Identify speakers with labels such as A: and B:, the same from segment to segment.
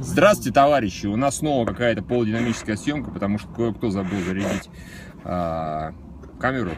A: Здравствуйте, товарищи! У нас снова какая-то полудинамическая съемка, потому что кое-кто забыл зарядить а, камеру.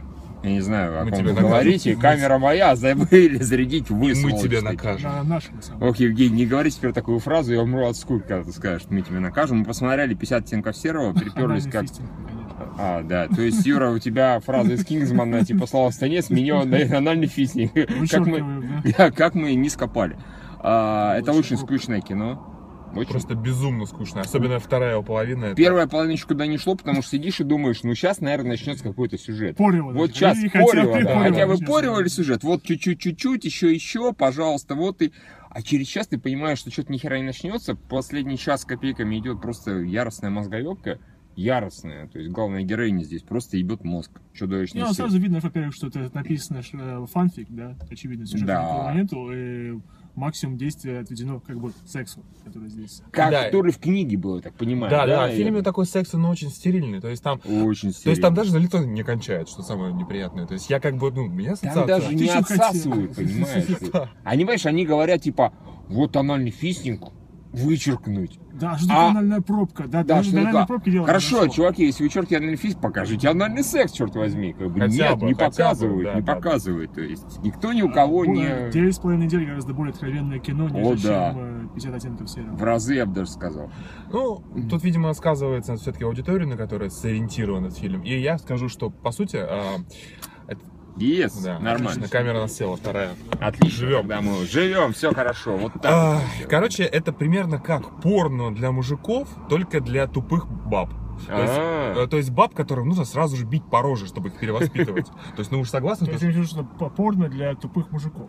A: Я не знаю, о
B: Мы
A: ком
B: тебе
A: вы
B: накажем.
A: говорите. Камера моя, а забыли зарядить вы,
B: Мы
A: сволочи,
B: тебя
A: такие.
B: накажем.
C: На нашем самом.
A: Ох, Евгений, не говори теперь такую фразу, я умру от скуки, когда ты скажешь, мы тебя накажем. Мы посмотрели 50 оттенков серого, приперлись
C: Анальный
A: как...
C: фистинг, конечно.
A: А, да, то есть, Юра, у тебя фраза из Кингсмана, типа, слава стране, сменила на анальный фистинг.
B: Ну,
A: Как мы,
C: Вычеркиваем, да?
A: Да, как мы не скопали. А,
B: Ну,
A: это
C: Очень
A: очень
C: круто.
A: скучное кино. Очень
B: Просто безумно скучно. Особенно вторая его половина. это-
A: Первая половина еще куда не шло, потому что сидишь и думаешь, ну сейчас, наверное, начнется какой-то сюжет.
C: Порево.
A: Вот
C: даже.
A: сейчас
C: И хотя-
A: порево,
C: и
A: да,
B: порево,
A: хотя бы
C: честно.
A: порево или сюжет, вот чуть-чуть-чуть-чуть, еще-еще, пожалуйста, вот и... А через час ты понимаешь, что что-то нихера не начнется, последний час с копейками идет просто яростная мозговебка, яростная, то есть главная героиня здесь просто ебет мозг, чудовищный
C: Не, ну, сразу видно, во-первых, что это написано что, э, фанфик, да, очевидно, сюжета
A: Да.
C: никакого нету, и максимум действия отведено как бы сексу, который здесь.
A: Как
B: Да.
A: который в книге был, я так понимаю.
B: Да, да, в
A: и-
B: фильме такой секс, но очень стерильный. То есть там
A: Очень
B: то есть
A: серьезно.
B: там даже залито не кончает, что самое неприятное. То есть я как бы, ну, меня
A: Там
B: ассоциация.
A: даже
C: Ты
A: не
C: чё хотел?
A: отсасывают, понимаешь?
B: Да.
A: Они, А понимаешь, они говорят, типа, вот анальный фистинг, вычеркнуть.
C: Да, что
A: А-
C: такое анальная пробка, да,
A: Да,
C: даже
A: что
C: до
A: это
C: анальной
A: да.
C: пробки дело не
A: Хорошо,
C: дошло.
A: чуваки, если вы черти анальный фист, покажите анальный секс, черт возьми. Как бы,
B: Хотя
A: нет,
B: бы,
A: не
B: хотя бы,
A: показывают,
B: да,
A: не
B: да, да.
A: показывают. То есть никто ни у кого
C: Более-
A: не...
C: Девять с половиной недель гораздо более откровенное кино, нежели
A: да.
C: чем э, 50 оттенков серого.
A: В разы, я бы даже сказал.
B: Ну, тут, видимо, сказывается все-таки аудитория, на которой сориентирован этот фильм. И я скажу, что, по сути, а,
A: Yes,
B: да,
A: нормально.
B: отлично, камера нас села, вторая.
A: Отлично.
B: Живем.
A: Да, мы живем, все хорошо. Вот так.
B: А,
A: вот всё.
B: короче, это примерно как порно для мужиков, только для тупых баб. То есть,
A: А,
B: э, то есть баб, которым нужно сразу же бить по роже, чтобы их перевоспитывать. То есть, ну, уж согласны?
C: То
B: то
C: есть,
B: есть-
C: им нужно по- порно для тупых мужиков.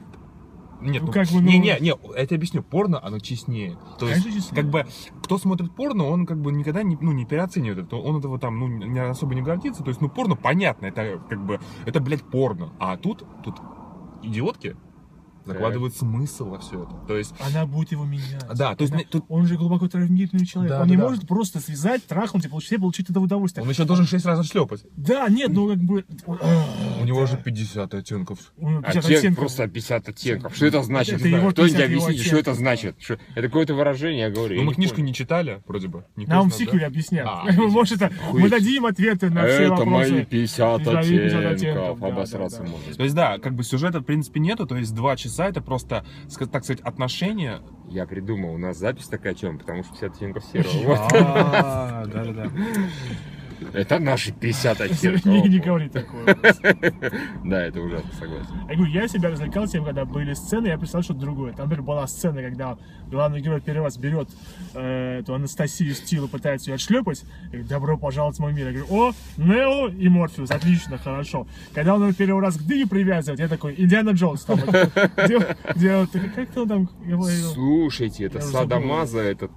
B: Нет,
C: Ну,
B: ну,
C: как бы, ну,
B: не, не, не, я тебе объясню, порно, оно честнее. То есть,
C: Конечно, честно.
B: как бы, кто смотрит порно, он как бы никогда не, ну, не переоценивает это. Он этого там, ну, не- особо не гордится. То есть, ну, порно, понятно, это как бы, это, блядь, порно. А тут, тут идиотки закладывают смысл во все это. То есть,
C: Она будет его менять.
B: да, то есть,
C: Она-
B: не- тут
C: Он же глубоко травмированный человек.
B: Да,
C: он
B: да,
C: не
B: да.
C: может просто связать, трахнуть и получить, получить это удовольствие.
B: он еще должен шесть раз отшлепать.
C: Да, нет, ну как бы...
B: У него же 50 оттенков.
C: У него 50
A: оттенок,
C: оттенков.
A: просто 50 оттенков. Что это значит?
C: Это его
A: Кто-нибудь
C: 50 его
A: объясните, что это
C: оттенков.
A: значит? Что- Это какое-то выражение, я говорю.
B: Ну,
A: я
B: мы
A: не
B: книжку
A: понял.
B: не читали, вроде бы. Не
C: Нам в
B: поздно, да?
C: сиквеле объяснят.
B: А,
C: Может, это...
A: Охуеть.
C: мы дадим ответы на все
A: Это
C: вопросы.
A: мои 50
C: Да, и 50
A: оттенков.
C: оттенков, да,
A: Обосраться
C: да, да.
A: можно.
B: То есть, да, как бы сюжета, в принципе, нету, то есть два часа это просто, ска- так сказать, отношения
A: Я придумал, у нас запись такая тема, потому что 50 оттенков серого. Вот.
B: А, Да-да-да.
A: Это наши 50 оттенков.
C: Не, не говори такое.
A: Да, это ужасно, согласен.
C: Я говорю, я себя развлекал тем, когда были сцены, я представлял что-то другое. Там, например, была сцена, когда главный герой первый раз берет э, эту Анастасию Стилу, пытается ее отшлепать. И говорит, добро пожаловать в мой мир. Я говорю, о, Нео и Морфеус, отлично, хорошо. Когда он его первый раз к дыне привязывает, я такой, Индиана Джонс. там вот, Где где вот, как он там? его- его-
A: Слушайте, это
C: Я уже забыл.
A: садомаза, это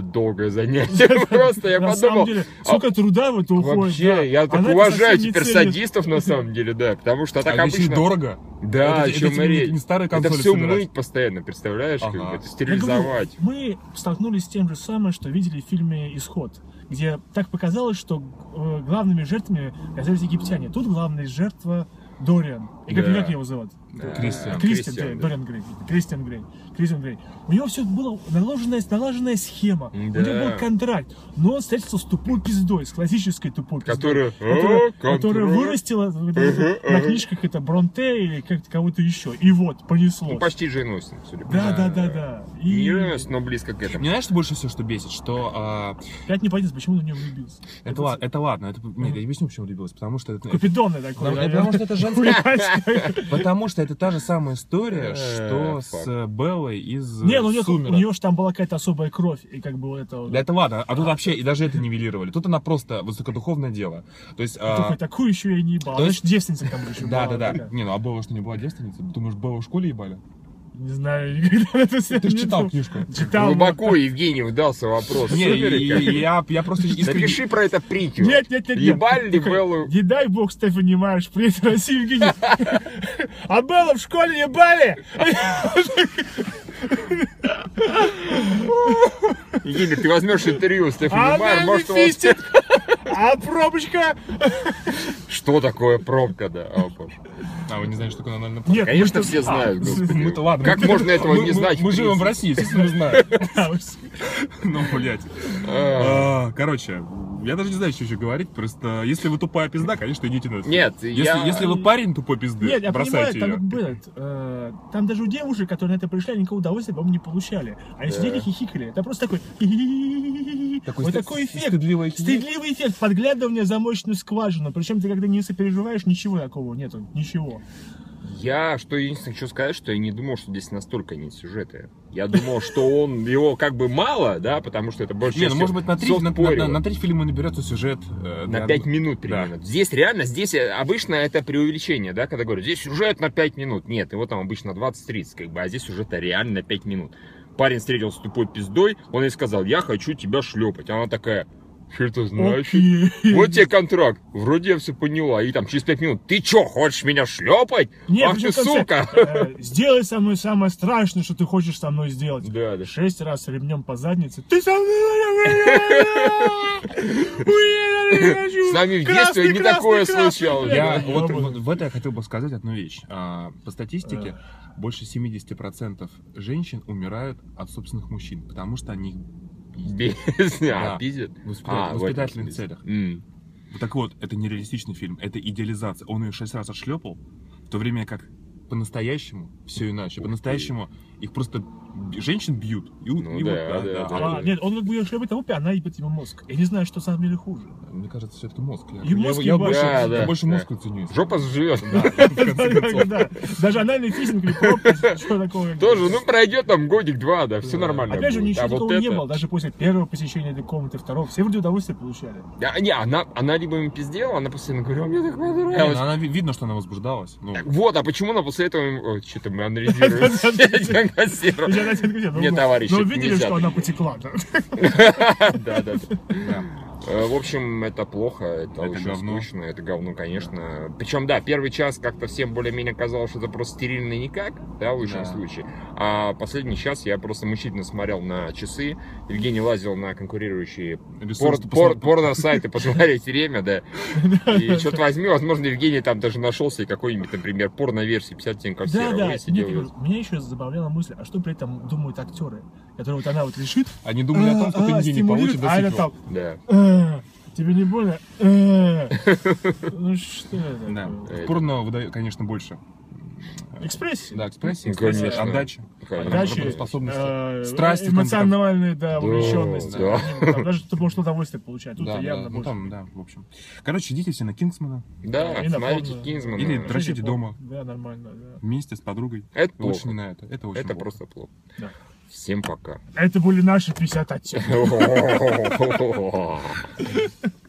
A: долгое занятие. Просто я
C: На самом
A: подумал,
C: деле,
A: а-
C: сколько труда в это уходит. да.
A: вообще, я так
C: Она это
A: уважаю
C: совсем не
A: теперь
C: ценит.
A: садистов на самом деле, да, потому что так
B: А ведь
A: обычно...
B: очень дорого.
A: Да,
B: Это-
A: еще
B: это тебе не- не старые
A: Это
B: консоли
A: все
B: собирать.
A: мыть постоянно, представляешь? как
B: Ага.
A: бы, Это
C: Я Ну, говорю,
A: стерилизовать.
C: Мы столкнулись с тем же самым, что видели в фильме «Исход», где так показалось, что э, главными жертвами оказались египтяне. Тут главная жертва Дориан. И как,
A: Да.
C: как его зовут?
A: Да.
B: Кристиан.
C: Кристиан,
A: Кристиан,
C: Грей,
A: да.
C: Дориан Грей. Кристиан Грей. Кристиан Грей. У него все было наложенная, налаженная схема.
A: Да.
C: У него был контракт. Но он встретился с тупой пиздой, с классической тупой пиздой.
A: Которая,
C: которая,
A: «О, контроль».
C: которая вырастила на книжках это Бронте или как-то кого-то еще. И вот, понесло.
A: Ну, почти Джейн Остин, судя по
C: Да, да,
A: всему.
C: да, да.
A: Не
C: И
A: Джейн Остин, но близко к этому.
B: Мне знаешь, что больше всего, что бесит, что... а,
C: опять не понятно, почему он в нее влюбился.
B: это, лад- это ладно, это, нет, я объясню, почему влюбилась, потому что... это-
C: Купидонный такой.
B: Потому-
C: да,
B: потому
C: да.
B: что это женская...
C: Хулиганская.
B: Потому что это та же самая
A: Э,
B: история, что с
A: факт.
B: э, Беллой из э,
C: Не, ну у нее, у
B: «Сумерок».
C: нее же там была какая-то особая кровь, и как бы это...
B: Да это ладно, а тут вообще и даже это нивелировали. Тут она просто высокодуховное дело. То есть... а,
C: Такой, такую еще я не ебал.
B: То
C: Она
B: есть-
C: же девственница там еще
B: да, да,
C: была
B: да.
C: такая.
B: Не, ну а Белла что, не была девственницей? Думаешь, Белла в школе ебали?
C: Не знаю, никогда это все
B: Ты же читал книжку.
C: Читал. но-
A: Глубоко Евгений вдался в вопрос.
B: Не,
A: Супер,
B: и-
A: как бы.
B: и- я, я просто искренне...
A: Напиши про это притчу.
C: Нет, нет, нет, нет.
A: Ебали ли
C: Такой,
A: Беллу?
C: Не дай бог, Стефани Майерш, привет, Россия, Евгений. А Белла в школе ебали?
A: Евгений, ты возьмешь интервью у Стефани
C: А
A: Майер,
C: она не
A: может, у вас...
C: фистит. А пробочка?
A: Что такое пробка, да? О, боже.
B: А вы не знаете, что такое анальное порно?
C: Нет,
A: Конечно,
C: мы что-
A: все знают,
C: А,
A: господи.
B: Мы-то Ну, ладно.
A: Как
B: мы-
A: можно этого
B: мы-
A: не
B: мы-
A: знать,
B: Мы
A: в
B: живем в
A: принципе?
B: России, естественно, знаем.
C: Да,
B: Ну, блядь.
A: Э,
B: А, Короче, я даже не знаю, что еще говорить. Просто если вы тупая пизда, конечно, идите на
A: Нет, я-
B: Если, если вы парень тупой пизды,
C: Нет, я
B: бросайте
C: понимаю, там
B: ее.
C: как было. э, Там даже у девушек, которые на это пришли, они никакого удовольствия, по-моему, не получали. Они
A: Да.
C: сидели и хихикали. Это просто такой... Вот такой эффект.
B: Стыдливый
C: Стыдливый эффект, подглядывание в замочную скважину. Причем ты, когда не сопереживаешь, ничего такого нету, ничего.
A: Я что единственное хочу сказать, что я не думал, что здесь настолько нет сюжета. Я думал, что он его как бы мало, да, потому что это больше.
B: Не, ну может быть на треть, на, на- на- на треть фильма наберется сюжет. э,
A: На
B: для-
A: 5
C: ну,
A: минут примерно. Здесь реально, здесь э, обычно это преувеличение, да, когда говорят, здесь сюжет на 5 минут. Нет, его там обычно 20-30, как бы, а здесь сюжета реально на 5 минут. Парень встретился с тупой пиздой, он ей сказал, я хочу тебя шлепать. Она такая, что это значит?
C: Окей.
A: Ну, а Вот тебе контракт. Вроде я все поняла. И там через 5 минут, ты чё, хочешь меня шлепать?
C: Не,
A: Ах
C: причем
A: ты,
C: в конце,
A: сука!
C: э, Сделай со мной самое страшное, что ты хочешь со мной сделать.
A: Да, да.
C: Шесть раз ремнем по заднице. Ты со мной! Уедешь, я хочу!
A: С нами в
C: Красный,
A: детстве не
C: красный,
A: такое
C: красный,
A: случалось.
B: Я
C: Да,
B: вот,
C: да,
B: вот
C: да.
B: в это я хотел бы сказать одну вещь. А, по статистике больше 70% женщин умирают от собственных мужчин, потому что они их
A: Без...
B: Да.
A: А, пиздец.
B: воспитали-
A: А, в
B: в
A: этом
B: воспитательных
A: смысле.
B: целях.
A: М.
B: Вот Так вот, это нереалистичный фильм, это идеализация. Он ее шесть раз отшлепал, в то время как по-настоящему все иначе.
A: Ух
B: По-настоящему их просто б- женщин бьют. И, у-
A: Ну
B: и
A: да,
B: вот,
A: да, да.
C: А, нет, он как бы ее шлепает на лупе, она ебет ему мозг. Я не знаю, что на самом деле хуже.
B: А Мне кажется, все-таки мозг. Я,
C: И
B: я-
C: мозг
B: я
C: ебашит.
B: больше,
A: Да,
B: я
A: да,
B: больше
A: да.
B: мозг ценю. если
A: Жопа сживет.
B: Да, в конце концов.
C: Да-да-да. Даже анальный физинг или пробка, что такое.
A: Тоже, ну пройдет там годик-два, да, все
B: Да.
A: нормально.
C: Опять же,
A: будет.
C: ничего
A: А вот
C: такого не
A: это-
C: было, даже после первого посещения этой комнаты, второго. Все вроде удовольствие получали.
A: Да, не, она, она либо им пиздела, она постоянно говорила, мне так
B: Не, ну
A: понравилось.
B: она ви- видно, что она возбуждалась. Ну,
A: Так Вот, а почему она после этого... им- Ой, что-то мы анализируем. Не, товарищи,
C: Но видели,
A: нельзя
C: что она
A: так.
C: потекла. да?
A: Да, да, да.
B: да.
A: Э, В общем, это плохо, это,
B: Это
A: очень
B: говно.
A: скучно, это говно, конечно. Причем, да, первый час как-то всем более-менее казалось, что это просто стерильно никак, да, в лучшем
B: Да.
A: случае. А последний час я просто мучительно смотрел на часы. Евгений лазил на конкурирующие пор-
B: Ресурс
A: пор-
B: посмотри-
A: порно-сайты, посмотреть время, да. И черт возьми, возможно, Евгений там даже нашелся и какой-нибудь, например, порно-версии 50 оттенков
C: Да,
A: серого.
C: да.
A: и
C: Нет,
A: сидел
C: я
A: и-
C: говорю, меня еще забавляла мысль, а что при этом думают актеры, которые вот она вот лежит,
B: Они думали о том, что ты
C: а,
B: нигде не получишь
C: стимулирует, а это
B: до сиквела.
C: там,
A: Да.
C: э, тебе не больно? Э. Ну что это?
B: Да.
C: такое?
A: Это-
B: В Порно выдает, конечно, больше.
C: Экспрессия.
B: Да, экспрессии,
A: Ну, Конечно.
B: экспрессии, отдачи,
C: Отдачи,
B: работоспособности.
C: Э,
B: Страсти, в конце
C: эмоциональные, да,
A: Да,
C: увлеченности.
A: да.
C: Там Даже ты можешь удовольствие получать. Тут
B: Да,
C: явно
B: да, ну
C: больше.
B: там, да, в общем. Короче, идите все на Кингсмана
A: Да,
C: Или на
A: смотрите
C: порно.
A: Кинзмана.
B: Или
A: Это
B: дрочите
C: Жили,
B: дома.
C: Да, нормально,
B: вместе с подругой. Лучше
A: плохо.
B: не на это. Это очень
A: Это
B: плохо.
A: просто плохо.
C: Да.
A: Всем пока.
C: да. Это были наши 50 оттенков.
A: Oh.